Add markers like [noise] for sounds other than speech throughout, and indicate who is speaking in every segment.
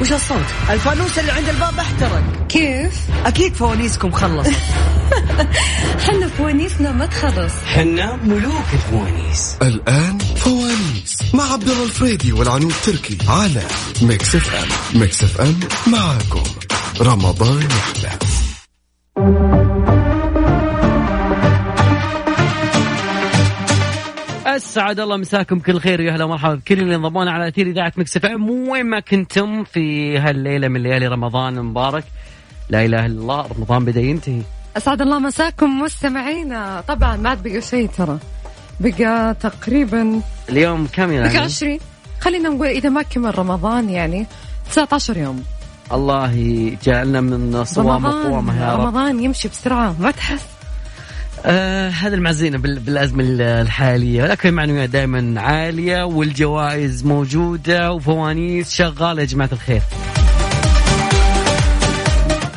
Speaker 1: وش الصوت؟
Speaker 2: الفانوس اللي عند الباب احترق
Speaker 3: كيف؟
Speaker 2: اكيد فوانيسكم خلصت
Speaker 3: حنا فوانيسنا ما تخلص
Speaker 4: [laughs] حنا ملوك الفوانيس
Speaker 5: الآن فوانيس مع عبد الله الفريدي والعنود تركي على ميكس اف ام ميكس اف ام معاكم رمضان يحلى
Speaker 1: اسعد الله مساكم كل خير ويا هلا ومرحبا بكل اللي انضمونا على اثير اذاعه مكس اف ام وين ما كنتم في هالليله من ليالي رمضان المبارك لا اله الا الله رمضان بدا ينتهي
Speaker 3: اسعد الله مساكم مستمعينا طبعا ما عاد بقى شيء ترى بقى تقريبا
Speaker 1: اليوم كم
Speaker 3: بقى
Speaker 1: يعني
Speaker 3: 20 خلينا نقول اذا ما كمل رمضان يعني 19 يوم
Speaker 1: الله يجعلنا من صوام
Speaker 3: رمضان
Speaker 1: قوامه يا رب
Speaker 3: رمضان يمشي بسرعه ما تحس
Speaker 1: آه هذا المعزينا بال- بالازمه ال- الحاليه ولكن المعنويات دائما عاليه والجوائز موجوده وفوانيس شغاله يا جماعه الخير.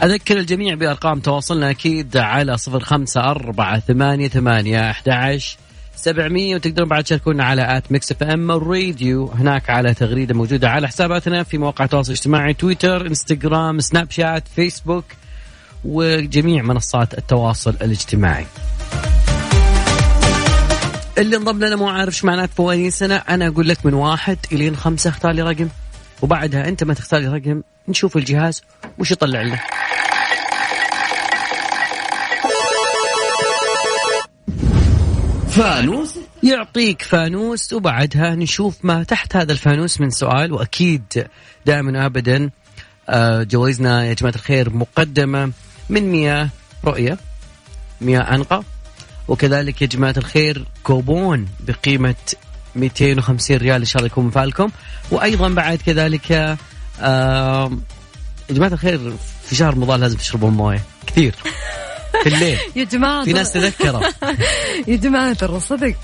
Speaker 1: أذكر الجميع بأرقام تواصلنا أكيد على صفر خمسة أربعة ثمانية ثمانية أحد سبعمية وتقدرون بعد تشاركونا على آت ميكس اف ام الراديو هناك على تغريدة موجودة على حساباتنا في مواقع التواصل الاجتماعي تويتر انستغرام سناب شات فيسبوك وجميع منصات التواصل الاجتماعي اللي انضم لنا مو عارف ايش معنات فوانيسنا انا اقول لك من واحد الين خمسه اختار لي رقم وبعدها انت ما تختار لي رقم نشوف الجهاز وش يطلع لنا
Speaker 4: فانوس
Speaker 1: يعطيك فانوس وبعدها نشوف ما تحت هذا الفانوس من سؤال واكيد دائما ابدا آه، جوائزنا يا جماعه الخير مقدمه من مياه رؤيه مياه انقى وكذلك يا جماعه الخير كوبون بقيمه 250 ريال ان شاء الله يكون فالكم وايضا بعد كذلك آه، يا جماعه الخير في شهر رمضان لازم تشربون مويه كثير في الليل
Speaker 3: يا جماعه
Speaker 1: في ناس تذكره
Speaker 3: [laughs] يا جماعة ترى صدق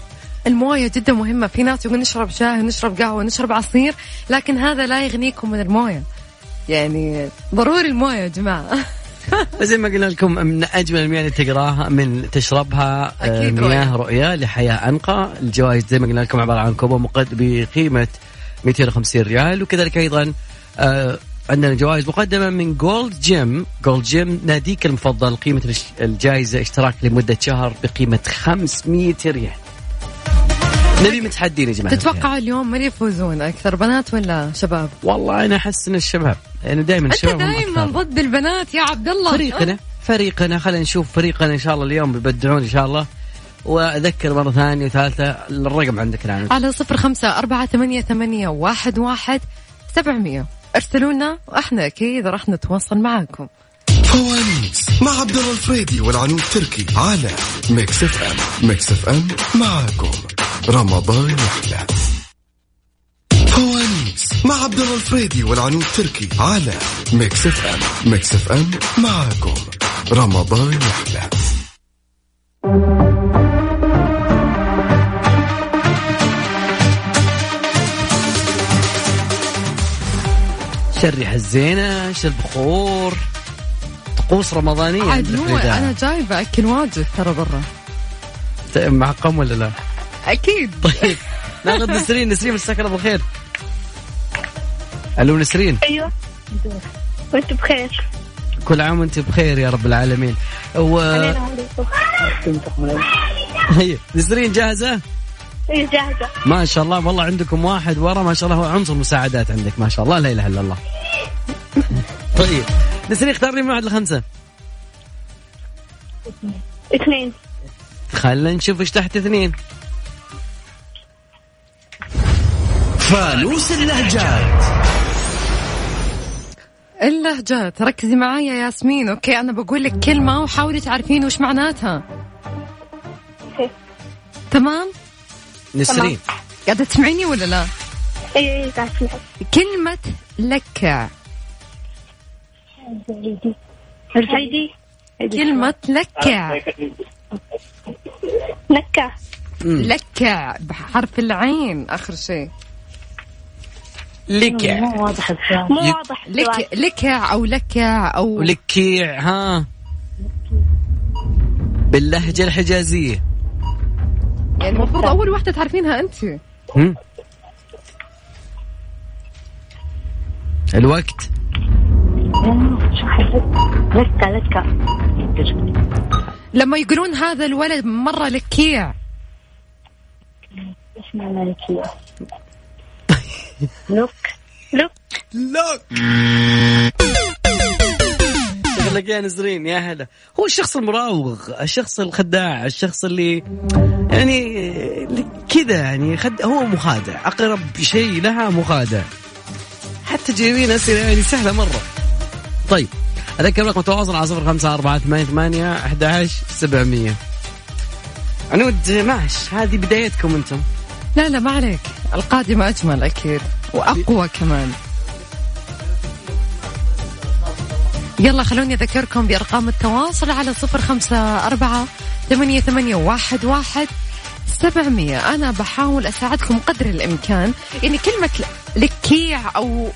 Speaker 3: المويه جدا مهمة في ناس يقول نشرب شاي نشرب قهوة نشرب عصير لكن هذا لا يغنيكم من المويه يعني ضروري المويه يا جماعة [laughs]
Speaker 1: زي ما قلنا لكم من اجمل المياه اللي تقراها من تشربها آه،
Speaker 3: أكيد
Speaker 1: مياه رؤيه لحياه انقى الجوائز زي ما قلنا لكم عباره عن كوبون مقد بقيمه 250 ريال وكذلك ايضا آه، عندنا جوائز مقدمه من جولد جيم جولد جيم ناديك المفضل قيمه الش- الجائزه اشتراك لمده شهر بقيمه 500 ريال نبي متحدين يا جماعه
Speaker 3: تتوقعوا اليوم من يفوزون أكثر بنات ولا شباب؟
Speaker 1: والله انا احس ان الشباب انا دائما
Speaker 3: أنت
Speaker 1: الشباب هم
Speaker 3: دائما
Speaker 1: أكثر.
Speaker 3: ضد البنات يا عبد الله
Speaker 1: فريقنا فريقنا خلينا نشوف فريقنا ان شاء الله اليوم بيبدعون ان شاء الله واذكر مره ثانيه وثالثه الرقم عندك الان
Speaker 3: على صفر خمسة أربعة ثمانية, ثمانية واحد, واحد سبعمية ارسلوا لنا واحنا أكيد راح نتواصل معاكم
Speaker 5: فوانيس مع عبد الله الفريدي والعنود تركي على ميكس اف ام ميكس اف ام معاكم رمضان يحلى فوانيس مع عبد الله الفريدي والعنود تركي على ميكس اف ام ميكس اف ام معاكم رمضان يحلى
Speaker 1: شرح الزينه شرب بخور طقوس رمضانيه
Speaker 3: عاد
Speaker 1: عندك
Speaker 3: هو
Speaker 1: في الإذاعة.
Speaker 3: أنا جايبة أكل واجد ترى برا
Speaker 1: معقم ولا لا؟
Speaker 3: أكيد
Speaker 1: طيب ناخذ نسرين نسرين مساك الله بالخير الو نسرين
Speaker 6: ايوه وانت بخير
Speaker 1: كل عام وانت بخير يا رب العالمين و...
Speaker 6: علينا عليكم
Speaker 1: هي. نسرين جاهزه؟
Speaker 6: اي جاهزه
Speaker 1: ما شاء الله والله عندكم واحد ورا ما شاء الله هو عنصر مساعدات عندك ما شاء الله لا اله الا الله. طيب نسرين اختار لي من واحد لخمسه
Speaker 6: اثنين
Speaker 1: خلينا نشوف ايش تحت اثنين
Speaker 4: فانوس اللهجات
Speaker 3: اللهجات ركزي معايا يا ياسمين اوكي انا بقول لك كلمه وحاولي تعرفين وش معناتها
Speaker 6: أوكي.
Speaker 3: تمام
Speaker 1: نسرين
Speaker 3: قاعده تسمعيني ولا لا
Speaker 6: اي اي إيه، قاعد اسمعك
Speaker 3: كلمه لكع
Speaker 6: الزايدي
Speaker 3: كلمه لكع
Speaker 6: نكه
Speaker 1: مم.
Speaker 3: لكع بحرف العين اخر شيء
Speaker 1: لكع
Speaker 6: مو واضح السؤال.
Speaker 3: لك لكع او لكع او
Speaker 1: ولكيع ها باللهجه الحجازيه
Speaker 3: يعني المفروض اول واحده تعرفينها انت
Speaker 1: مم. الوقت
Speaker 6: شو حسيت لكة لكة
Speaker 3: لما يقولون هذا الولد مرة لكيع
Speaker 6: ايش
Speaker 3: [laughs]
Speaker 6: معنى لكية لوك لوك
Speaker 1: شغلك يا نزرين يا هلا هو الشخص المراوغ الشخص الخداع الشخص اللي يعني اللي كذا يعني خد هو مخادع اقرب شيء لها مخادع حتى جايبين اسئله يعني سهله مره طيب اذكر رقم التواصل على صفر خمسة أربعة ثمانية ثمانية أحد عشر سبعمية عنود ماش هذه بدايتكم أنتم
Speaker 3: لا لا ما عليك القادمة أجمل أكيد وأقوى كمان يلا خلوني أذكركم بأرقام التواصل على صفر خمسة أربعة ثمانية ثمانية واحد واحد سبعمية أنا بحاول أساعدكم قدر الإمكان يعني كلمة ل- لكيع أو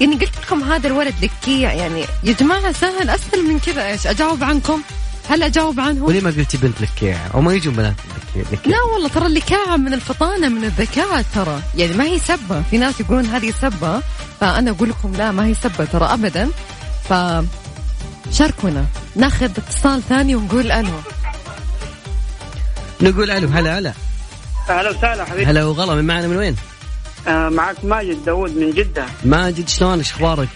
Speaker 3: يعني قلت لكم هذا الولد لكيع يعني يا جماعة سهل أسهل من كذا إيش أجاوب عنكم هل أجاوب عنهم
Speaker 1: وليه ما قلتي بنت لكيعة أو ما يجون بنات لكيعة لكيعة.
Speaker 3: لا والله ترى اللي كاعة من الفطانة من الذكاء ترى يعني ما هي سبة في ناس يقولون هذه سبة فأنا أقول لكم لا ما هي سبة ترى أبدا ف شاركونا ناخذ اتصال ثاني ونقول ألو
Speaker 1: نقول ألو هلا هلا
Speaker 7: اهلا وسهلا حبيبي
Speaker 1: هلا وغلا من معنا من وين؟
Speaker 7: آه معك ماجد داوود من جده
Speaker 1: ماجد شلونك إيش اخبارك؟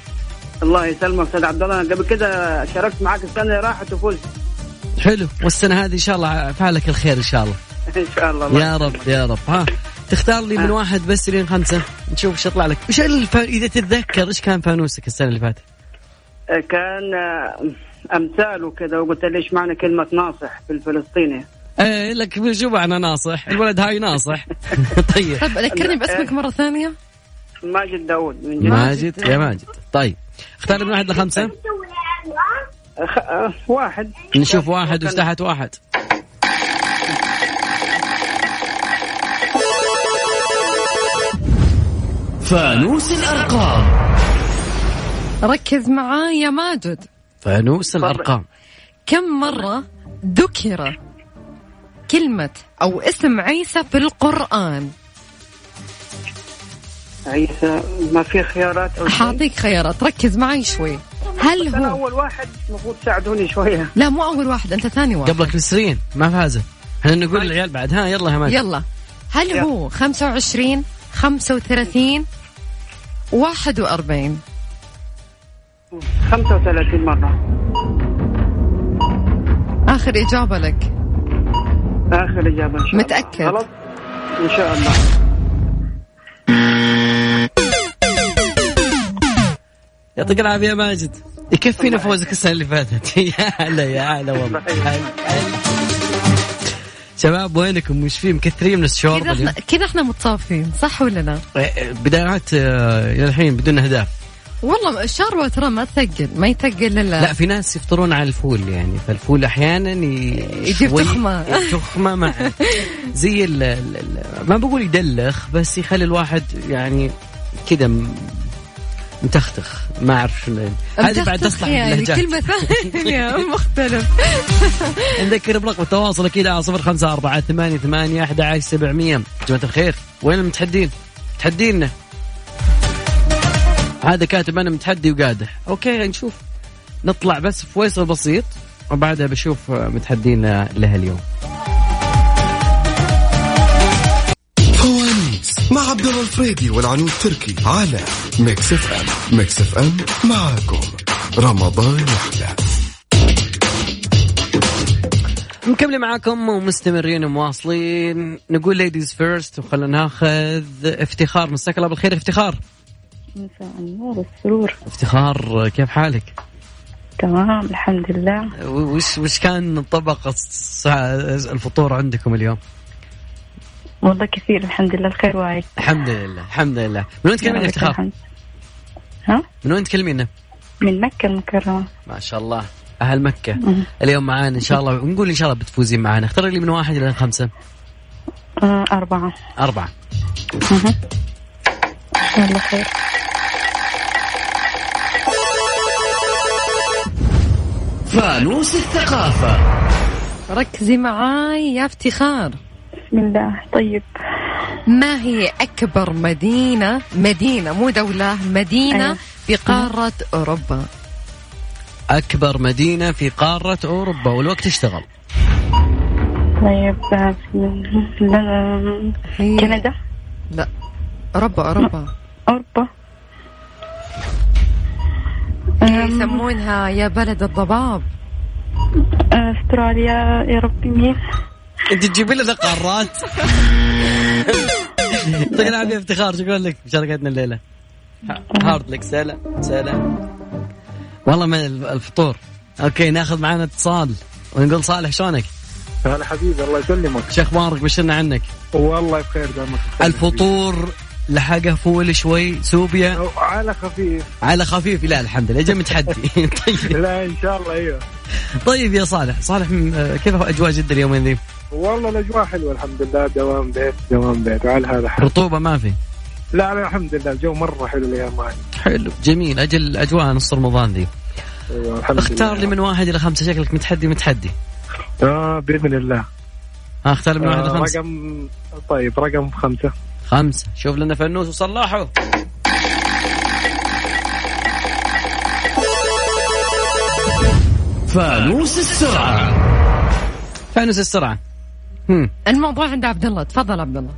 Speaker 7: الله يسلمك استاذ عبد الله أنا قبل كذا شاركت معك السنه اللي راحت وفزت [laughs]
Speaker 1: حلو والسنه هذه ان شاء الله فعلك الخير ان شاء الله
Speaker 7: ان شاء الله, الله
Speaker 1: يا رب يا رب ها تختار لي من واحد بس لين خمسه نشوف ايش يطلع لك ايش الف... اذا تتذكر ايش كان فانوسك السنه اللي فاتت
Speaker 7: آه، كان آه، امثال وكذا وقلت لي ايش معنى كلمه ناصح بالفلسطيني
Speaker 1: ايه لك شو انا ناصح الولد هاي ناصح [laughs] طيب
Speaker 3: طب ذكرني باسمك مرة ثانية
Speaker 7: ماجد داوود من جده
Speaker 1: ماجد يا ماجد طيب اختار لي من واحد لخمسه
Speaker 7: آه، خ- آه، واحد
Speaker 1: نشوف واحد وتحت واحد
Speaker 4: فانوس الأرقام
Speaker 3: ركز معاي يا ماجد
Speaker 1: فانوس الارقام
Speaker 3: كم مرة ذكر كلمة أو اسم عيسى في القرآن
Speaker 7: عيسى ما في خيارات او شيء؟
Speaker 3: حاعطيك خيارات ركز معي شوي هل
Speaker 7: انا
Speaker 3: هو
Speaker 7: اول واحد المفروض تساعدوني شويه
Speaker 3: لا مو أول واحد أنت ثاني واحد
Speaker 1: قبلك نسرين ما فازت احنا نقول للعيال بعد ها يلا يا ماجد
Speaker 3: يلا هل هو 25 35 41
Speaker 7: 35 مره
Speaker 3: آخر إجابة لك
Speaker 7: اخر اجابه ان شاء الله
Speaker 3: متأكد؟
Speaker 7: خلاص ان شاء الله
Speaker 1: يعطيك العافيه يا ماجد يكفينا فوزك السنه اللي فاتت [laughs] يا هلا يا هلا والله هلا، هلا. شباب وينكم وش في مكثرين من
Speaker 3: كذا
Speaker 1: الشوربه اليوم؟
Speaker 3: احنا كذا احنا متصافين صح ولا لا؟
Speaker 1: بدايات آه، الى الحين بدون اهداف
Speaker 3: والله الشاربة ترى ما تثقل ما يثقل إلا
Speaker 1: لا في ناس يفطرون على الفول يعني فالفول احيانا ي-
Speaker 3: يجيب
Speaker 1: شوي-
Speaker 3: تخمة.
Speaker 1: تخمه مع زي ال ال- ال- ما بقول يدلخ بس يخلي الواحد يعني كذا م- متختخ ما اعرف شنو هذه بعد
Speaker 3: متختخ
Speaker 1: تصلح
Speaker 3: يعني
Speaker 1: اللهجات
Speaker 3: كلمة
Speaker 1: [laughs]
Speaker 3: ثانية مختلف
Speaker 1: نذكر برقم التواصل اكيد على صفر خمسة أربعة ثمانية ثمانية أحد عشر سبعمية جماعة الخير وين المتحدين؟ متحدينا هذا كاتب أنا متحدي وقادح أوكي نشوف نطلع بس فويصل بسيط وبعدها بشوف متحدينا لها اليوم
Speaker 5: فوانيس مع عبد الله الفريدي والعنود تركي على ميكس اف ام ميكس اف ام معاكم رمضان يحلى
Speaker 1: مكملين معاكم ومستمرين ومواصلين نقول ليديز فيرست وخلونا ناخذ افتخار مساك الله بالخير افتخار
Speaker 6: مساء النور والسرور
Speaker 1: افتخار كيف حالك؟
Speaker 6: تمام الحمد لله
Speaker 1: وش وش كان طبق الفطور عندكم اليوم؟
Speaker 6: والله كثير الحمد لله الخير واعي
Speaker 1: الحمد لله الحمد لله من وين تكلمين
Speaker 6: يا رب
Speaker 1: افتخار
Speaker 6: الحمد. ها
Speaker 1: من وين تكلمينا
Speaker 6: من مكة المكرمة
Speaker 1: ما شاء الله اهل مكه اليوم معانا ان شاء الله ونقول ان شاء الله بتفوزين معانا اختاري لي من واحد الى خمسه
Speaker 6: آه، أربعة
Speaker 1: اربعه
Speaker 6: يلا خير
Speaker 4: فانوس الثقافة
Speaker 3: ركزي معاي يا افتخار
Speaker 6: بسم الله طيب
Speaker 3: ما هي أكبر مدينة مدينة مو دولة مدينة
Speaker 6: أيوة.
Speaker 3: في قارة أوروبا
Speaker 1: اكبر مدينه في قاره اوروبا والوقت اشتغل
Speaker 6: طيب آه، لا-
Speaker 3: هي-
Speaker 6: كندا
Speaker 3: لا أوروبا أوروبا
Speaker 6: أوروبا
Speaker 3: هي يسمونها يا بلد الضباب
Speaker 6: آه، أستراليا يا ربي مين
Speaker 1: انت تجيبي لنا قارات [laughs] يعطيك العافيه افتخار شكرا لك مشاركتنا الليله ه- هارد لك سلام سلام والله من الف- الفطور اوكي ناخذ معنا اتصال ونقول صالح شلونك؟
Speaker 8: هلا حبيبي الله يسلمك
Speaker 1: شو اخبارك بشرنا عنك
Speaker 8: والله بخير دامك بخير.
Speaker 1: الفطور لحقها فول شوي سوبيا
Speaker 8: أو على خفيف
Speaker 1: على خفيف لا الحمد لله جم تحدي [laughs] طيب
Speaker 8: لا ان شاء الله ايوه
Speaker 1: طيب يا صالح صالح م- آه، كيف اجواء جده اليومين ذي؟
Speaker 8: والله الاجواء حلوه الحمد لله دوام بيت دوام بيت وعلى هذا حال
Speaker 1: رطوبه ما في
Speaker 8: لا لا الحمد لله الجو مره حلو الايام هاي
Speaker 1: حلو جميل اجل اجواء نص رمضان ذي
Speaker 8: ايوه الحمد
Speaker 1: اختار لي
Speaker 8: لله
Speaker 1: من واحد الى خمسه شكلك متحدي متحدي
Speaker 8: اه باذن الله
Speaker 1: ها اختار من واحد
Speaker 8: آه
Speaker 1: الى خمسه
Speaker 8: رقم طيب رقم خمسه
Speaker 1: خمسه شوف لنا فنوس وصلاحه
Speaker 4: فانوس السرعة
Speaker 1: فانوس السرعه هم.
Speaker 3: الموضوع عند عبد الله تفضل عبد الله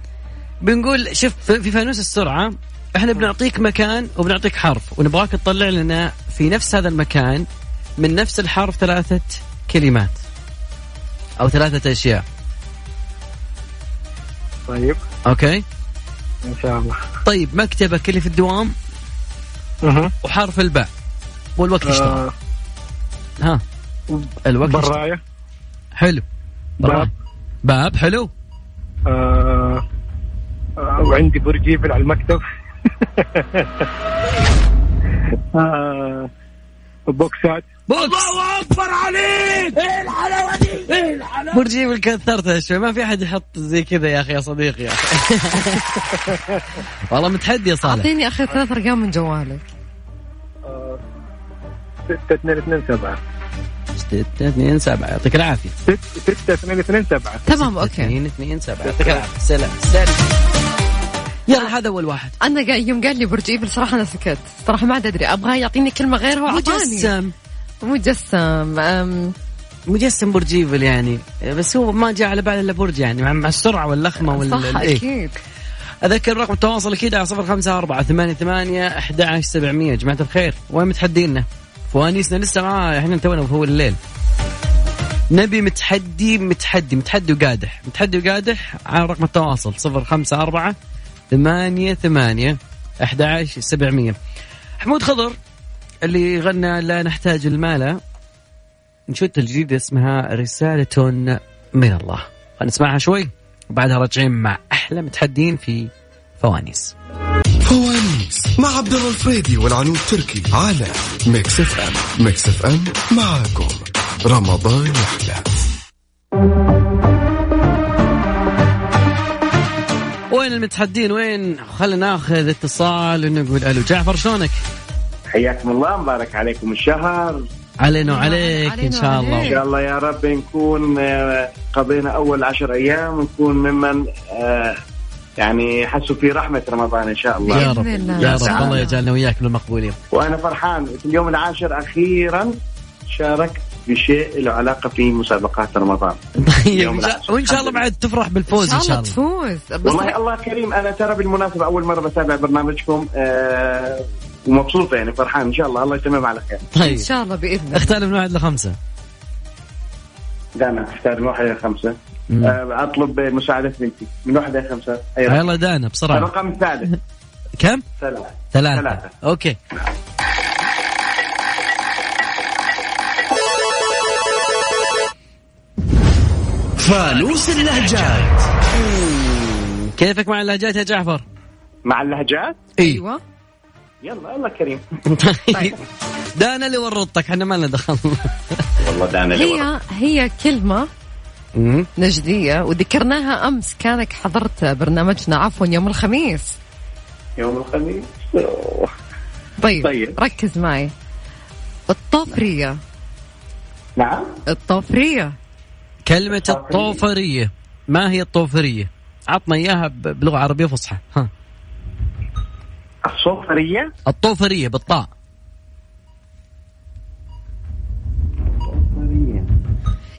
Speaker 1: بنقول شوف في في فانوس السرعه احنا بنعطيك مكان وبنعطيك حرف ونبغاك تطلع لنا في نفس هذا المكان من نفس الحرف ثلاثه كلمات او ثلاثه اشياء
Speaker 8: طيب
Speaker 1: اوكي
Speaker 8: ان شاء الله
Speaker 1: طيب مكتبك اللي في الدوام
Speaker 8: اها
Speaker 1: وحرف الباء والوقت اشتغل
Speaker 8: آه
Speaker 1: ها الوقت اشتغل
Speaker 8: برايه
Speaker 1: حلو
Speaker 8: باب
Speaker 1: باب حلو
Speaker 8: آه آه وعندي برج ايفل على المكتب [laughs] آه بوكسات
Speaker 1: بوكس إيه برج ايفل كثرتها شوي ما في احد يحط زي كذا يا اخي يا صديقي يا [laughs] أخي. والله متحدي يا صالح
Speaker 3: اعطيني اخر ثلاث ارقام من جوالك
Speaker 8: 6 2 2 7
Speaker 1: 6 2 7 يعطيك العافيه
Speaker 8: 6 2 2 7
Speaker 3: تمام اوكي
Speaker 1: 2 2 7 يعطيك آه. العافيه سلام سلام يلا هذا اول واحد
Speaker 3: انا قا- يوم قال لي برج ايفل صراحه انا سكت صراحه ما ادري ابغى يعطيني كلمه غيرها واعطاني
Speaker 1: مجسم
Speaker 3: مجسم أم،
Speaker 1: مجسم برج ايفل يعني بس هو ما جاء على باله الا برج يعني مع- مع السرعه واللخمه وال
Speaker 3: صح
Speaker 1: إيه.
Speaker 3: اكيد
Speaker 1: اذكر رقم التواصل اكيد على صفر خمسة أربعة ثمانية ثمانية أحد عشر سبعمية جماعة الخير وين متحدينا فوانيسنا لسه معاه احنا تونا في أول الليل نبي متحدي متحدي متحدي وقادح متحدي وقادح على رقم التواصل صفر خمسة أربعة ثمانية ثمانية أحد عشر سبعمية حمود خضر اللي غنى لا نحتاج المال نشوت الجديدة اسمها رسالة من الله خلينا نسمعها شوي وبعدها راجعين مع أحلى متحدين في فوانيس
Speaker 5: فوانيس مع عبد الله الفريدي والعنود تركي على ميكس اف ام ميكس اف ام معاكم رمضان يحلى
Speaker 1: وين المتحدين وين خلينا ناخذ اتصال نقول ألو جعفر شلونك
Speaker 8: حياكم الله مبارك عليكم الشهر
Speaker 1: علينا وعليك إن شاء
Speaker 3: علينا
Speaker 1: الله
Speaker 3: وعليك.
Speaker 8: ان شاء الله يا رب نكون آه، قضينا اول عشر ايام ونكون ممن آه، يعني حسوا في رحمه رمضان ان شاء الله
Speaker 1: يا رب
Speaker 3: بإذن الله.
Speaker 1: يا
Speaker 3: بإذن
Speaker 1: رب الله
Speaker 3: الله.
Speaker 1: يجعلنا وياك من المقبولين
Speaker 8: وانا فرحان في اليوم العاشر اخيرا شاركت بشيء له علاقه في مسابقات رمضان
Speaker 1: طيب
Speaker 8: يوم
Speaker 1: إن شاء-
Speaker 8: العشر.
Speaker 1: وإن شاء الله بعد تفرح بالفوز إن شاء الله
Speaker 3: تفوز بس
Speaker 8: والله الله كريم انا ترى بالمناسبه اول مره بتابع برنامجكم آه، ومبسوط يعني فرحان ان شاء الله الله يتمم على خير
Speaker 3: ان
Speaker 1: طيب
Speaker 3: شاء الله باذن الله
Speaker 1: اختار من واحد لخمسة
Speaker 8: دائما اختار من واحد الى خمسه
Speaker 1: مم.
Speaker 8: آه، اطلب مساعده بنتي من واحد أيوة. الى خمسه اي رقم
Speaker 1: يلا دانا بسرعة
Speaker 8: الرقم الثالث
Speaker 1: كم؟
Speaker 8: ثلاثه
Speaker 1: ثلاثة
Speaker 8: ثلاثة.
Speaker 1: أوكي
Speaker 4: فانوس اللهجات
Speaker 1: كيفك مع اللهجات يا جعفر؟
Speaker 8: مع اللهجات
Speaker 3: [laughs]
Speaker 1: أيوة.
Speaker 3: ايوه
Speaker 8: يلا الله كريم
Speaker 1: طيب دانا اللي ورطتك احنا ما لنا دخل
Speaker 8: والله دعنا
Speaker 3: هي هي كلمه نجديه وذكرناها امس كانك حضرت برنامجنا عفوا يوم الخميس
Speaker 8: يوم الخميس
Speaker 3: طيب,
Speaker 8: طيب.
Speaker 3: ركز معي الطفريه
Speaker 8: نعم
Speaker 3: الطفريه
Speaker 1: كلمة الطوفرية ما هي الطوفرية؟ عطنا اياها ب- بلغة عربية فصحى ها
Speaker 8: الصوفريه طيب،
Speaker 1: الطوفرية بالطاء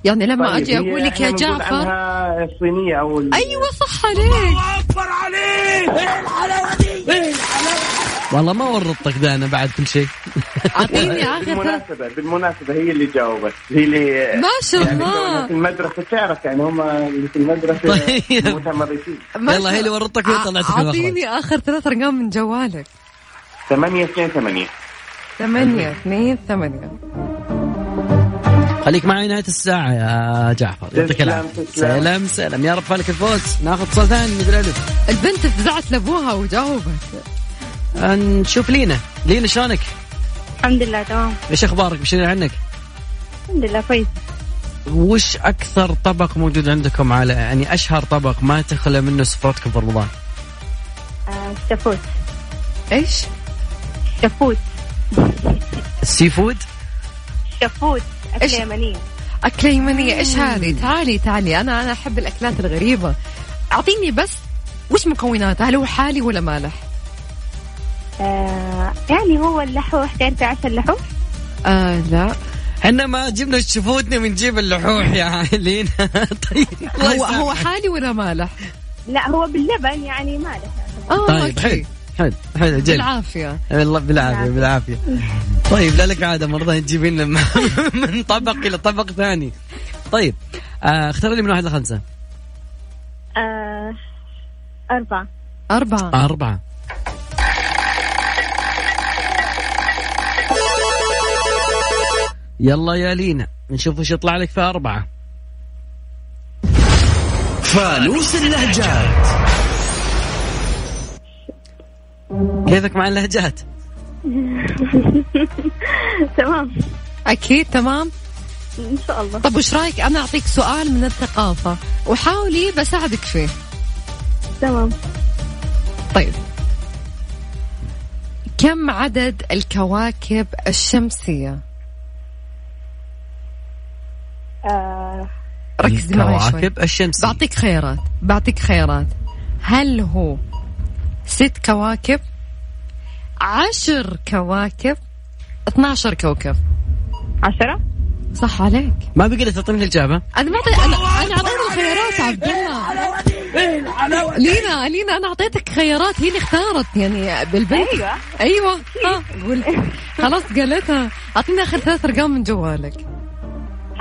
Speaker 3: يعني لما
Speaker 8: طيب،
Speaker 3: اجي
Speaker 8: هي
Speaker 3: اقول لك يا
Speaker 8: إحنا بنقول
Speaker 3: جعفر
Speaker 8: عنها الصينيه او ال-
Speaker 3: ايوه صح عليك
Speaker 1: والله ما ورطتك دانا بعد كل شيء
Speaker 3: اعطيني اخر ثلاث
Speaker 8: بالمناسبه بالمناسبه هي اللي جاوبت هي اللي
Speaker 3: ما شاء
Speaker 8: يعني
Speaker 3: الله.
Speaker 8: في المدرسه تعرف يعني هم اللي في المدرسه
Speaker 1: طيب.
Speaker 8: متمرسين
Speaker 3: ما
Speaker 1: يلا هي اللي ورطتك وهي
Speaker 3: ع-
Speaker 1: طلعت في
Speaker 3: اعطيني اخر ثلاث ارقام من جوالك
Speaker 8: 8 2 8
Speaker 3: ثمانية اثنين ثمانية
Speaker 1: خليك معي نهايه الساعه يا جعفر يعطيك
Speaker 8: تسلم،
Speaker 1: العافيه
Speaker 8: تسلم.
Speaker 1: سلام سلام يا رب فالك الفوز ناخذ اتصال ثاني مثل الف
Speaker 3: البنت فزعت لابوها وجاوبت
Speaker 1: نشوف لينا لينا شلونك؟
Speaker 6: الحمد لله تمام
Speaker 1: ايش اخبارك؟ بشير عنك؟
Speaker 6: الحمد لله كويس
Speaker 1: وش اكثر طبق موجود عندكم على يعني اشهر طبق ما تخلى منه سفرتكم في رمضان؟
Speaker 6: آه، شفوت
Speaker 3: ايش؟
Speaker 6: شفوت
Speaker 1: السي فود؟
Speaker 6: شفوت
Speaker 3: إيش؟
Speaker 6: أكلة يمنية
Speaker 3: أكلة يمنية إيش هذه؟ تعالي تعالي أنا أنا أحب الأكلات الغريبة أعطيني بس وش مكوناتها؟ هل هو حالي ولا مالح؟
Speaker 6: آه، يعني هو اللحو تعرف عسل اللحو
Speaker 3: آه لا
Speaker 1: احنا ما جبنا شفوتنا بنجيب اللحوح يا لينا [laughs] طيب الله
Speaker 3: هو
Speaker 1: يسامحك.
Speaker 3: هو حالي ولا مالح؟
Speaker 6: لا هو باللبن يعني مالح
Speaker 3: آه
Speaker 1: طيب
Speaker 3: أوكي.
Speaker 1: حلو حلو حلو جل
Speaker 3: بالعافية
Speaker 1: بالله بالعافيه بالعافيه طيب لا لك عاده مرضى تجيب لنا [laughs] من- من طبق الى طبق ثاني طيب آه اختار لي من واحد لخمسه
Speaker 6: آه، أربعة
Speaker 3: أربعة
Speaker 1: أربعة يلا يا لينا نشوف وش يطلع لك في أربعة
Speaker 4: فانوس اللهجات
Speaker 1: كيفك مع اللهجات؟
Speaker 6: تمام
Speaker 3: أكيد تمام
Speaker 6: إن شاء الله
Speaker 3: طب وش رأيك أنا أعطيك سؤال من الثقافة وحاولي بساعدك فيه
Speaker 6: تمام
Speaker 3: طيب كم عدد الكواكب الشمسية؟
Speaker 6: آه،
Speaker 3: ركزي معي شوي
Speaker 1: كواكب الشمس
Speaker 3: بعطيك خيارات بعطيك خيارات هل هو ست كواكب عشر كواكب 12 كوكب
Speaker 6: عشرة
Speaker 3: صح عليك
Speaker 1: ما بقدر تعطيني الإجابة
Speaker 3: انا ما أعطي- انا انا اعطينا خيارات يا عبد الله لينا لينا انا اعطيتك خيارات هي اللي اختارت يعني بالبنت
Speaker 6: أيوة.
Speaker 3: ايوه ها قول خلاص قالتها اعطينا اخر ثلاث ارقام من جوالك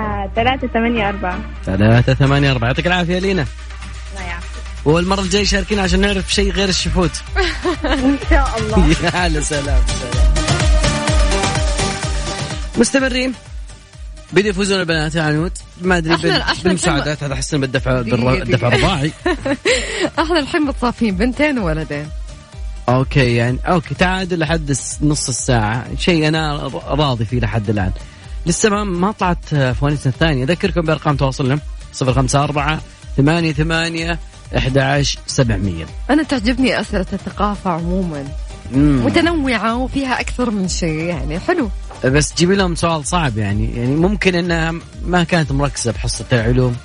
Speaker 6: آه، ثلاثة ثمانية أربعة
Speaker 1: ثلاثة ثمانية أربعة يعطيك العافية يا لينا
Speaker 6: الله يعافيك
Speaker 1: والمرة الجاية شاركينا عشان نعرف شيء غير الشفوت
Speaker 6: [laughs] إن شاء الله
Speaker 1: [laughs] يا هلا سلام سلام مستمرين بدي يفوزون البنات يا عنود ما ادري
Speaker 3: احنا-
Speaker 1: بال-
Speaker 3: احنا
Speaker 1: بالمساعدات هذا احسن بالدفع بالر-
Speaker 3: دقيقة، دقيقة.
Speaker 1: الدفع الرباعي
Speaker 3: احنا الحين متصافين بنتين وولدين
Speaker 1: اوكي يعني اوكي تعادل لحد الس- نص الساعة، شيء انا ر- راضي فيه لحد الان. لسه ما ما طلعت آه، فوانيسنا الثانية، اذكركم بارقام تواصلنا 054 88 11700.
Speaker 3: انا تعجبني اسئله الثقافه عموما
Speaker 1: امم
Speaker 3: متنوعة وفيها أكثر من شيء يعني حلو
Speaker 1: بس جيبي لهم سؤال صعب يعني، يعني ممكن انها ما كانت مركزة بحصة العلوم.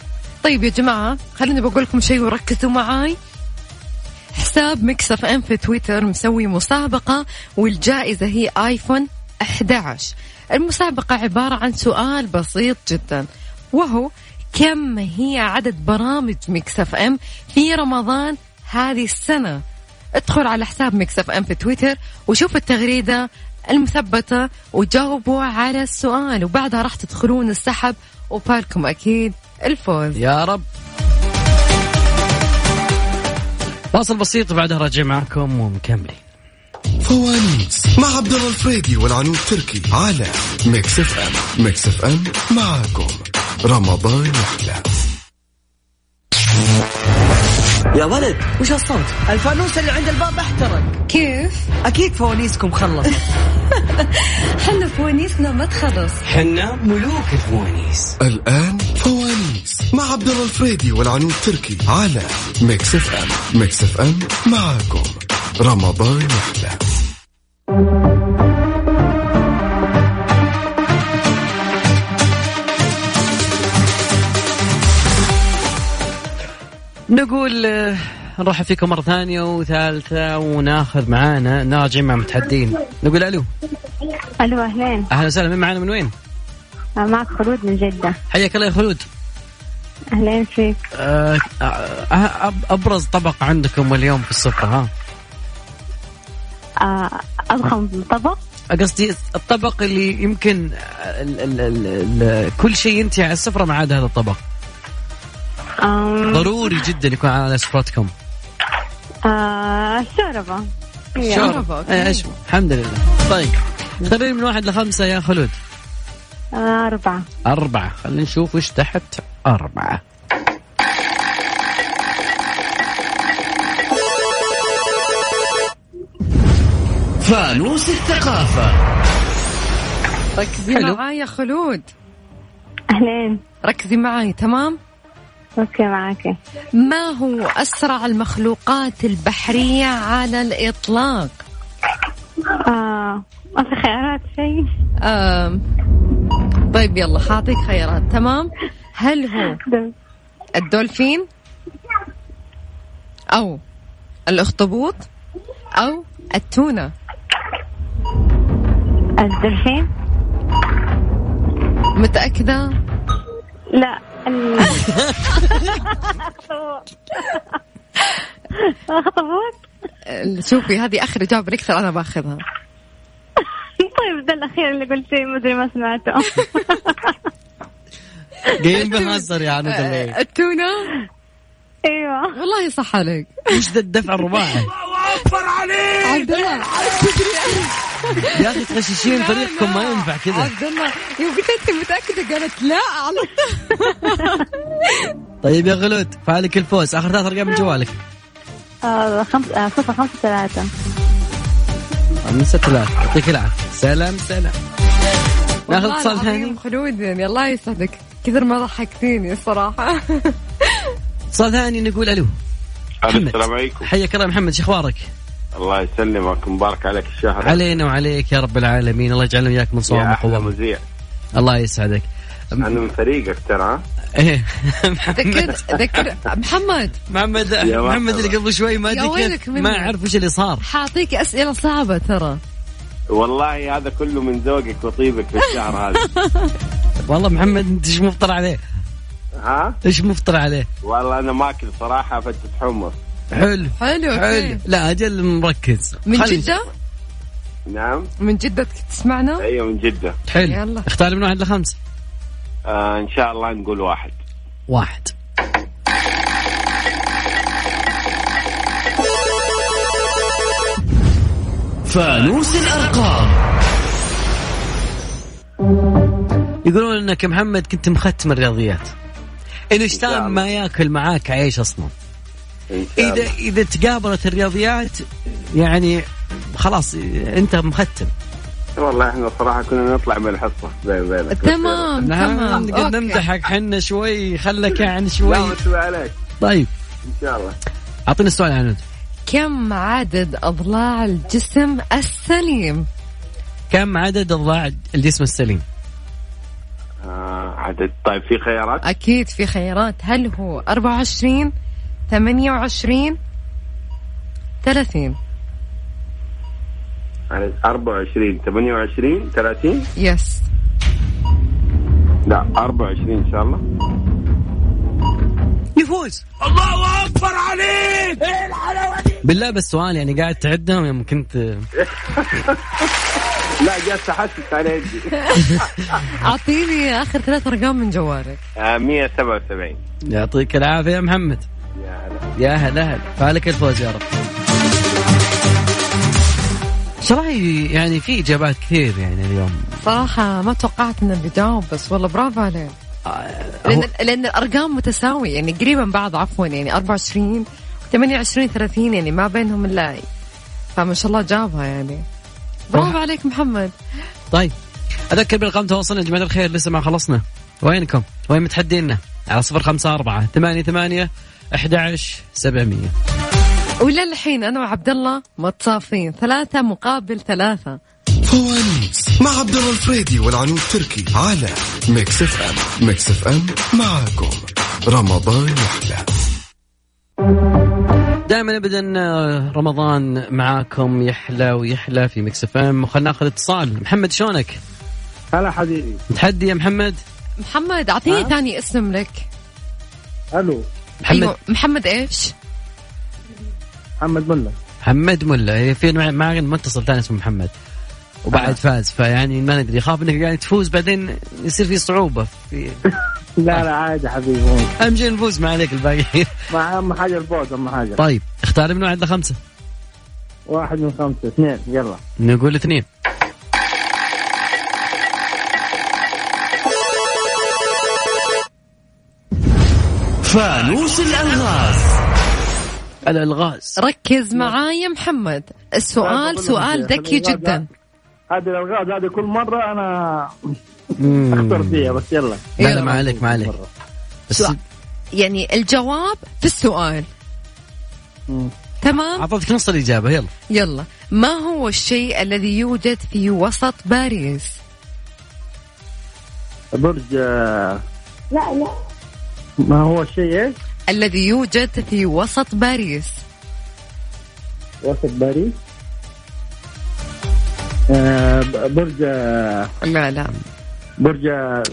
Speaker 3: طيب يا جماعة خليني بقول لكم شيء وركزوا معاي حساب مكسف ام في تويتر مسوي مسابقة والجائزة هي ايفون 11 المسابقة عبارة عن سؤال بسيط جدا وهو كم هي عدد برامج مكسف ام في رمضان هذه السنة ادخل على حساب مكسف ام في تويتر وشوف التغريدة المثبتة وجاوبوا على السؤال وبعدها راح تدخلون السحب وفالكم أكيد الفوز
Speaker 1: يا رب فاصل بسيط وبعدها راجع معكم ومكملين.
Speaker 5: فوانيس مع عبد الله الفريدي والعنود تركي على ميكس اف ام ميكس اف ام معاكم رمضان يحلى
Speaker 2: يا ولد وش الصوت؟ الفانوس اللي عند الباب احترق
Speaker 3: كيف؟
Speaker 2: اكيد فوانيسكم خلصت
Speaker 3: حنا فوانيسنا ما تخلص
Speaker 4: حنا ملوك الفوانيس
Speaker 5: الان فوانيس مع عبد الله الفريدي والعنود تركي على ميكس اف ام ميكس اف ام معاكم رمضان يحلى
Speaker 1: نقول آه، نرحب فيكم مرة ثانية وثالثة وناخذ معانا ناجي مع متحدين نقول الو
Speaker 6: ألو أهلين
Speaker 1: اهلا وسهلا من معانا من وين؟
Speaker 6: معك خلود من جدة
Speaker 1: حياك الله يا خلود
Speaker 6: أهلين فيك
Speaker 1: آه، آه، آه، أب- ابرز طبق عندكم اليوم في السفره ها
Speaker 6: آه، أضخم طبق
Speaker 1: قصدي الطبق اللي يمكن ال ال ال ال كل شيء ينتهي على السفره ما عدا هذا الطبق
Speaker 6: آم،
Speaker 1: ضروري جدا يكون على سفرتكم
Speaker 6: آه، الشوربة
Speaker 3: شوربة، أوكي.
Speaker 1: إيه، إيش- الحمد لله طيب خلينا من واحد لخمسه يا خلود
Speaker 6: آه، أربعة
Speaker 1: أربعة خلينا نشوف وش تحت أربعة
Speaker 4: فانوس الثقافة
Speaker 3: ركزي
Speaker 1: حلو.
Speaker 3: معاي يا خلود
Speaker 6: أهلين
Speaker 3: ركزي معاي تمام
Speaker 6: أوكي معاكي
Speaker 3: ما هو أسرع المخلوقات البحرية على الإطلاق
Speaker 6: آه، ما في خيارات شيء
Speaker 3: آم. طيب يلا حاعطيك خيارات تمام هل هو الدولفين أو الأخطبوط أو التونة
Speaker 6: الدلفين
Speaker 3: متأكدة
Speaker 6: لا ال- [laughs] أخطبوط
Speaker 3: آه، شوفي هذه آخر إجابة لك ترى أنا باخذها
Speaker 6: طيب ده الأخير اللي قلتيه ما أدري ما سمعته [laughs]
Speaker 1: جايين بهزر يا عنود الله
Speaker 3: آه، التونة
Speaker 6: أيوه
Speaker 3: والله صح عليك
Speaker 1: وش ذا الدفع الرباعي
Speaker 3: عبد الله
Speaker 1: يا أخي تغششين فريقكم ما ينفع كذا
Speaker 3: عبد الله يوم قلت انت متاكده قالت لا على
Speaker 1: [laughs] طيب يا خلود فعلك الفوز آخر ثلاث أرقام من جوالك
Speaker 6: آه، خمس آه، صفر خمسة ثلاثة
Speaker 1: خمسة ثلاثة يعطيك العافية سلام سلام ناخذ
Speaker 3: والله
Speaker 1: اتصال ثاني
Speaker 3: العظيم خلود يعني الله يسعدك كثر ما ضحكتيني
Speaker 1: [laughs]
Speaker 3: الصراحه
Speaker 1: اتصال ثاني نقول ألو محمد.
Speaker 9: السلام عليكم
Speaker 1: حياك الله يا محمد شو أخبارك
Speaker 9: الله يسلمك مبارك عليك الشهر
Speaker 1: علينا وعليك يا رب العالمين الله يجعلنا وياك من صوام
Speaker 9: يا احلى
Speaker 1: وقوام
Speaker 9: مذيع
Speaker 1: الله يسعدك
Speaker 9: انا من فريقك ترى ها؟
Speaker 1: ايه
Speaker 3: ذكر ذكر محمد
Speaker 1: محمد
Speaker 9: يا
Speaker 1: محمد
Speaker 9: مرحبا.
Speaker 1: اللي قبل شوي ما
Speaker 3: يا
Speaker 1: ادري
Speaker 3: ويلك
Speaker 1: كيف
Speaker 3: مني.
Speaker 1: ما عرف وش اللي صار
Speaker 3: حاعطيك اسئله صعبه ترى
Speaker 9: والله هذا كله من ذوقك وطيبك في الشهر هذا
Speaker 1: والله محمد انت ايش مفطر عليه؟
Speaker 9: [laughs] ها
Speaker 1: ايش مفطر عليه؟
Speaker 9: والله انا ماكل صراحه فتة حمص
Speaker 1: حلو
Speaker 3: حلو
Speaker 1: حلو
Speaker 3: حلو
Speaker 1: لا اجل مركز
Speaker 3: من
Speaker 1: خلي-
Speaker 3: جده
Speaker 9: نعم
Speaker 3: من جده تسمعنا
Speaker 9: ايوه من جده
Speaker 1: حلو
Speaker 3: يلا.
Speaker 1: اختار من واحد لخمسه
Speaker 9: آه ان شاء الله نقول واحد
Speaker 1: واحد
Speaker 4: فانوس الأرقام
Speaker 1: يقولون انك محمد كنت مختم الرياضيات انشتاين
Speaker 3: نعم.
Speaker 1: ما ياكل معاك عيش اصلا
Speaker 9: إن شاء
Speaker 1: اذا
Speaker 9: الله.
Speaker 1: اذا تقابلت الرياضيات يعني خلاص انت مختم
Speaker 9: والله احنا صراحه كنا نطلع من الحصه بين بينك
Speaker 3: تمام تمام
Speaker 1: نعم، قد
Speaker 3: أوكي. نعم.
Speaker 1: نمدحك حنا شوي
Speaker 3: [laughs]
Speaker 1: خلك يعني
Speaker 9: لا
Speaker 1: شوي
Speaker 9: ما تسوي آه، عليك
Speaker 1: طيب
Speaker 9: ان شاء الله
Speaker 1: اعطينا السؤال يا عنود
Speaker 3: كم عدد اضلاع الجسم السليم
Speaker 1: كم عدد اضلاع الجسم السليم؟
Speaker 9: آه عدد طيب في خيارات
Speaker 3: اكيد في خيارات هل هو 24 28 30
Speaker 9: عدد 24 28 30
Speaker 3: يس
Speaker 9: لا 24 ان شاء الله
Speaker 1: يفوز الله اكبر عليك ايه الحلاوه دي بالله بس سؤال يعني قاعد تعدهم يوم كنت
Speaker 9: لا جالس احسس على يدي
Speaker 3: اعطيني اخر ثلاث ارقام من جوالك
Speaker 9: آه، 177
Speaker 1: يعطيك العافيه يا محمد
Speaker 9: يا هلا
Speaker 1: يا هلا هلا فعلك الفوز يا رب صراحة يعني في اجابات كثير يعني اليوم
Speaker 3: صراحة ما توقعت انه بيجاوب بس والله برافو عليه لان
Speaker 1: هو
Speaker 3: لان الارقام متساوية يعني قريبة من بعض عفوا يعني 24 28 30 يعني ما بينهم الا فما شاء الله جابها يعني برافو عليك محمد
Speaker 1: طيب اذكر برقم تواصلنا يا جماعة الخير لسه ما خلصنا وينكم؟ وين متحدينا؟ على صفر خمسة أربعة ثمانية ثمانية أحد عشر سبعمية
Speaker 3: ولا الحين انا وعبد الله متصافين ثلاثة مقابل ثلاثة
Speaker 5: فوانيس مع عبد الله الفريدي والعنود تركي على ميكس اف ام ميكس اف ام معاكم رمضان يحلى
Speaker 1: دائما ابدا آه، رمضان معاكم يحلى ويحلى في ميكس اف ام وخلنا ناخذ اتصال محمد شلونك؟
Speaker 8: هلا حبيبي
Speaker 1: متحدي يا محمد
Speaker 3: محمد اعطيني ثاني اسم لك
Speaker 8: الو
Speaker 1: محمد
Speaker 3: ايوه محمد ايش؟
Speaker 8: محمد ملا
Speaker 1: محمد ملا هي في مع- مع متصل ثاني اسمه محمد وبعد فاز فيعني ما ندري خاف انك يعني تفوز بعدين يصير في صعوبه في
Speaker 8: لا لا عادي حبيبي ممكن.
Speaker 1: اهم شيء نفوز ما عليك الباقي [laughs]
Speaker 8: مع اهم حاجه البعد اهم حاجه
Speaker 1: طيب اختار من واحد لخمسه
Speaker 8: واحد من خمسه اثنين يلا
Speaker 1: نقول اثنين
Speaker 4: فانوس الألغاز
Speaker 1: الالغاز
Speaker 3: ركز معاي يا محمد آه، السؤال سؤال ذكي جدا
Speaker 8: هذه الالغاز هذه كل مره انا
Speaker 1: مم.
Speaker 8: اخسر فيها بس يلا
Speaker 1: لا لا ما عليك ما عليك بس
Speaker 3: سؤال. يعني الجواب في السؤال تمام
Speaker 1: اعطيتك نص الاجابه يلا
Speaker 3: يلا ما هو الشيء الذي يوجد في وسط باريس
Speaker 8: برج آه، ما هو الشيء ايش؟
Speaker 3: الذي يوجد في وسط باريس
Speaker 8: وسط باريس آه، ب- برج آه،
Speaker 3: لا لا
Speaker 8: برج آه،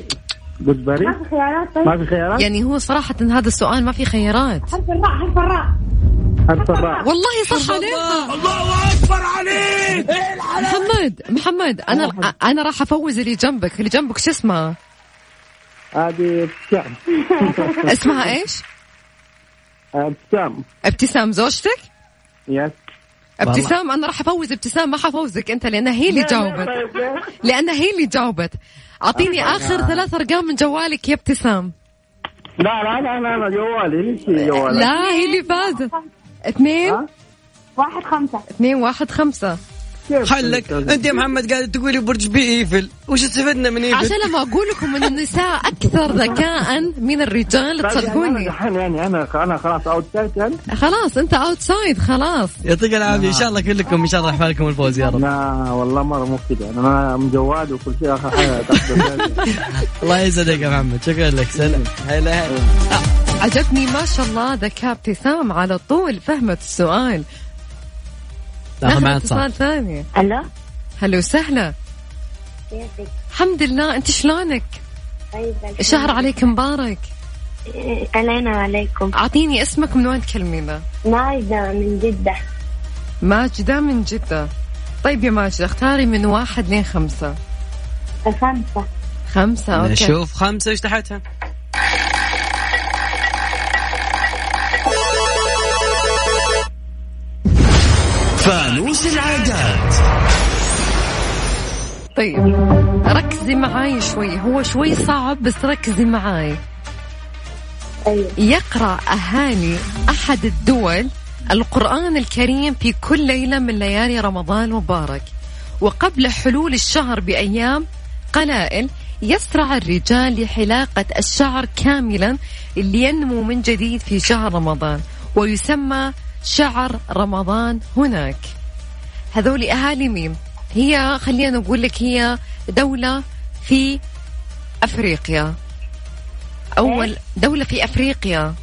Speaker 8: برج باريس
Speaker 6: في خيارات طيب
Speaker 8: ما في خيارات
Speaker 3: يعني هو صراحة هذا السؤال ما في خيارات
Speaker 6: حرف الراء حرف الراء
Speaker 8: حرف الراء
Speaker 3: والله صح عليها الله اكبر عليك محمد محمد انا انا راح افوز اللي جنبك اللي جنبك شو اسمها
Speaker 8: هذه ابتسام
Speaker 3: اسمها ايش
Speaker 8: آه، ابتسام
Speaker 3: ابتسام زوجتك
Speaker 8: يس
Speaker 3: ابتسام انا راح افوز ابتسام ما حفوزك انت لانها هي اللي جاوبت لانها هي اللي جاوبت اعطيني اخر ثلاث ارقام من جوالك يا ابتسام
Speaker 8: لا لا لا لا, لا جوالي ليش جوالي
Speaker 3: لا هي اللي فازت اثنين
Speaker 6: واحد خمسة
Speaker 3: اثنين واحد خمسة
Speaker 1: خلك انت يا محمد قاعد تقولي برج بي ايفل وش استفدنا من ايفل
Speaker 3: عشان لما اقول لكم ان النساء اكثر ذكاء من الرجال
Speaker 8: انا
Speaker 3: تصدقوني
Speaker 8: دحين يعني انا انا خلاص اوت سايتل
Speaker 3: خلاص انت اوتسايد خلاص
Speaker 1: يعطيك العافيه ان شاء الله كلكم ان شاء الله يحفظ لكم الفوز يا رب
Speaker 8: لا والله مره مو كذا انا أنا من جوالي وكل شيء اخر حاجه تحت
Speaker 1: الله يسعدك يا محمد شكرا لك سلام هلا هلا
Speaker 3: عجبني ما شاء الله ذكاء ابتسام على طول فهمت السؤال
Speaker 1: ناخذ معنا اتصال
Speaker 3: اتصال ثاني
Speaker 6: ألو
Speaker 3: هلا وسهلا
Speaker 6: كيفك
Speaker 3: الحمد لله انت شلونك
Speaker 6: طيب
Speaker 3: الشهر عليك مبارك
Speaker 6: ألينا عليكم
Speaker 3: اعطيني اسمك من وين تكلمينا
Speaker 6: ماجدة من جدة
Speaker 3: ماجدة من جدة طيب يا ماجدة اختاري من واحد لين خمسة
Speaker 6: خمسة
Speaker 3: خمسة اوكي
Speaker 1: نشوف خمسه ايش تحتها
Speaker 4: فانوس العادات
Speaker 3: طيب ركزي معاي شوي هو شوي صعب بس ركزي معاي
Speaker 6: أيوة
Speaker 3: يقرأ أهالي أحد الدول القرآن الكريم في كل ليلة من ليالي رمضان المبارك وقبل حلول الشهر بأيام قلائل يسرع الرجال لحلاقة الشعر كاملا لينمو من جديد في شهر رمضان ويسمى شعر رمضان هناك هذول أهالي مين؟ هي خلينا نقول لك هي دولة في أفريقيا أول دولة في أفريقيا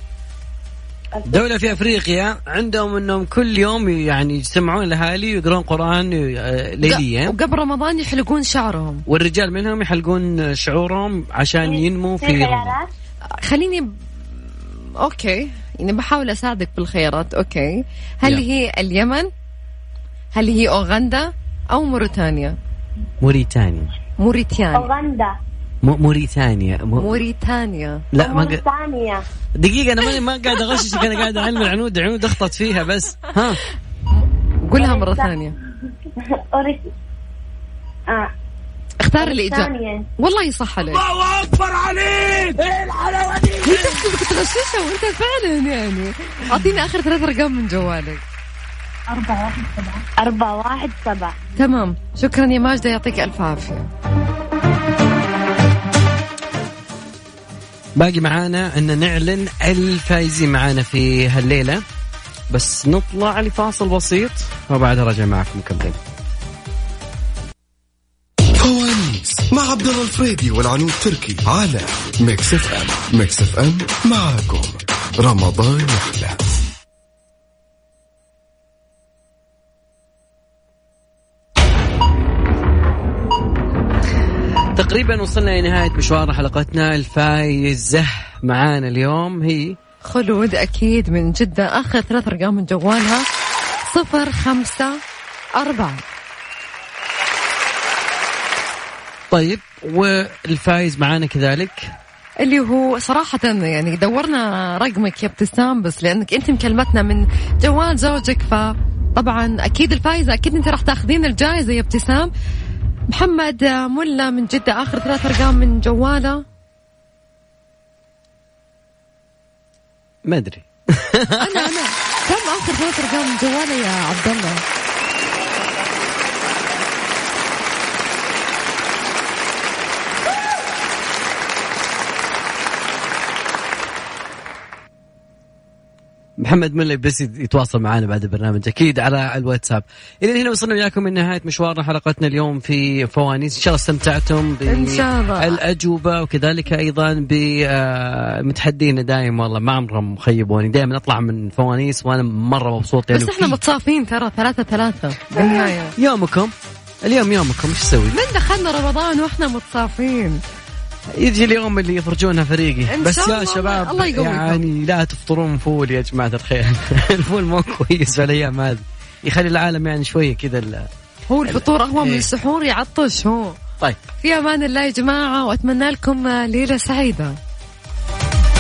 Speaker 1: دوله في افريقيا عندهم انهم كل يوم يعني يجتمعون الاهالي ويقرون قران آه، ليليا
Speaker 3: وقبل رمضان يحلقون شعرهم
Speaker 1: والرجال منهم يحلقون شعورهم عشان ينمو في رمضان
Speaker 3: خليني ب... اوكي يعني بحاول اساعدك بالخيارات اوكي هل
Speaker 1: يلا.
Speaker 3: هي اليمن هل هي اوغندا او موريتانيا
Speaker 1: موريتانيا
Speaker 3: موريتانيا
Speaker 6: أوغندا
Speaker 1: مو- موريتانيا مو-
Speaker 3: موريتانيا
Speaker 1: لا ما ق-
Speaker 6: موريتانيا
Speaker 1: دقيقة أنا ماني ما قاعد أغششك أنا قاعد أعلم العنود العنود أخطأت فيها بس ها
Speaker 3: قولها مره ثانيه
Speaker 6: أوريس آه
Speaker 3: اختار الاجابه
Speaker 6: ثانية
Speaker 3: والله صح عليك الله اكبر عليك ايه الحلاوه دي انت تحسبك تغششها وانت فعلا يعني اعطيني اخر ثلاث ارقام من جوالك
Speaker 6: أربعة واحد سبعة أربعة واحد سبعة
Speaker 3: تمام شكرا يا ماجدة يعطيك ألف عافية
Speaker 1: باقي معانا أن نعلن الفايزين معانا في هالليلة بس نطلع لفاصل بسيط وبعدها راجع معكم مكملين
Speaker 5: فوانيس مع عبد الله الفريدي والعنود تركي على ميكس اف ام ميكس اف ام معاكم رمضان يحلى
Speaker 1: تقريبا وصلنا لنهاية مشوار حلقتنا الفايزة معانا اليوم هي
Speaker 3: خلود أكيد من جدة آخر ثلاث أرقام من جوالها صفر خمسة أربعة
Speaker 1: طيب والفايز معانا كذلك
Speaker 3: اللي هو صراحة يعني دورنا رقمك يا ابتسام بس لأنك أنت مكلمتنا من جوال زوجك فطبعا أكيد الفايزة أكيد أنت راح تاخذين الجائزة يا ابتسام محمد ملا من جدة آخر ثلاث أرقام من جواله
Speaker 1: ما أدري
Speaker 3: أنا أنا كم آخر ثلاث أرقام من جواله يا عبد الله
Speaker 1: محمد ملي بس يتواصل معنا بعد البرنامج اكيد على الواتساب الى هنا وصلنا وياكم من نهايه مشوارنا حلقتنا اليوم في فوانيس ان شاء الله استمتعتم
Speaker 3: إن شاء الله.
Speaker 1: بالاجوبه وكذلك ايضا بمتحدينا دائما والله ما عمرهم خيبوني دائما اطلع من فوانيس وانا مره مبسوط
Speaker 3: بس
Speaker 1: يعني
Speaker 3: احنا متصافين ترى ثلاثة ثلاثة بالنهاية
Speaker 1: يومكم اليوم يومكم ايش اسوي؟
Speaker 3: من دخلنا رمضان واحنا متصافين
Speaker 1: يجي اليوم اللي يفرجونها فريقي
Speaker 3: إن
Speaker 1: بس
Speaker 3: شاء
Speaker 1: يا
Speaker 3: الله.
Speaker 1: شباب
Speaker 3: الله يقويكم.
Speaker 1: يعني لا تفطرون فول يا جماعه الخير [laughs] الفول مو كويس في الايام هذه يخلي العالم يعني شويه كذا ال-
Speaker 3: هو الفطور أهون من
Speaker 1: إيه.
Speaker 3: السحور يعطش هو
Speaker 1: طيب
Speaker 3: في امان الله يا جماعه واتمنى لكم ليله سعيده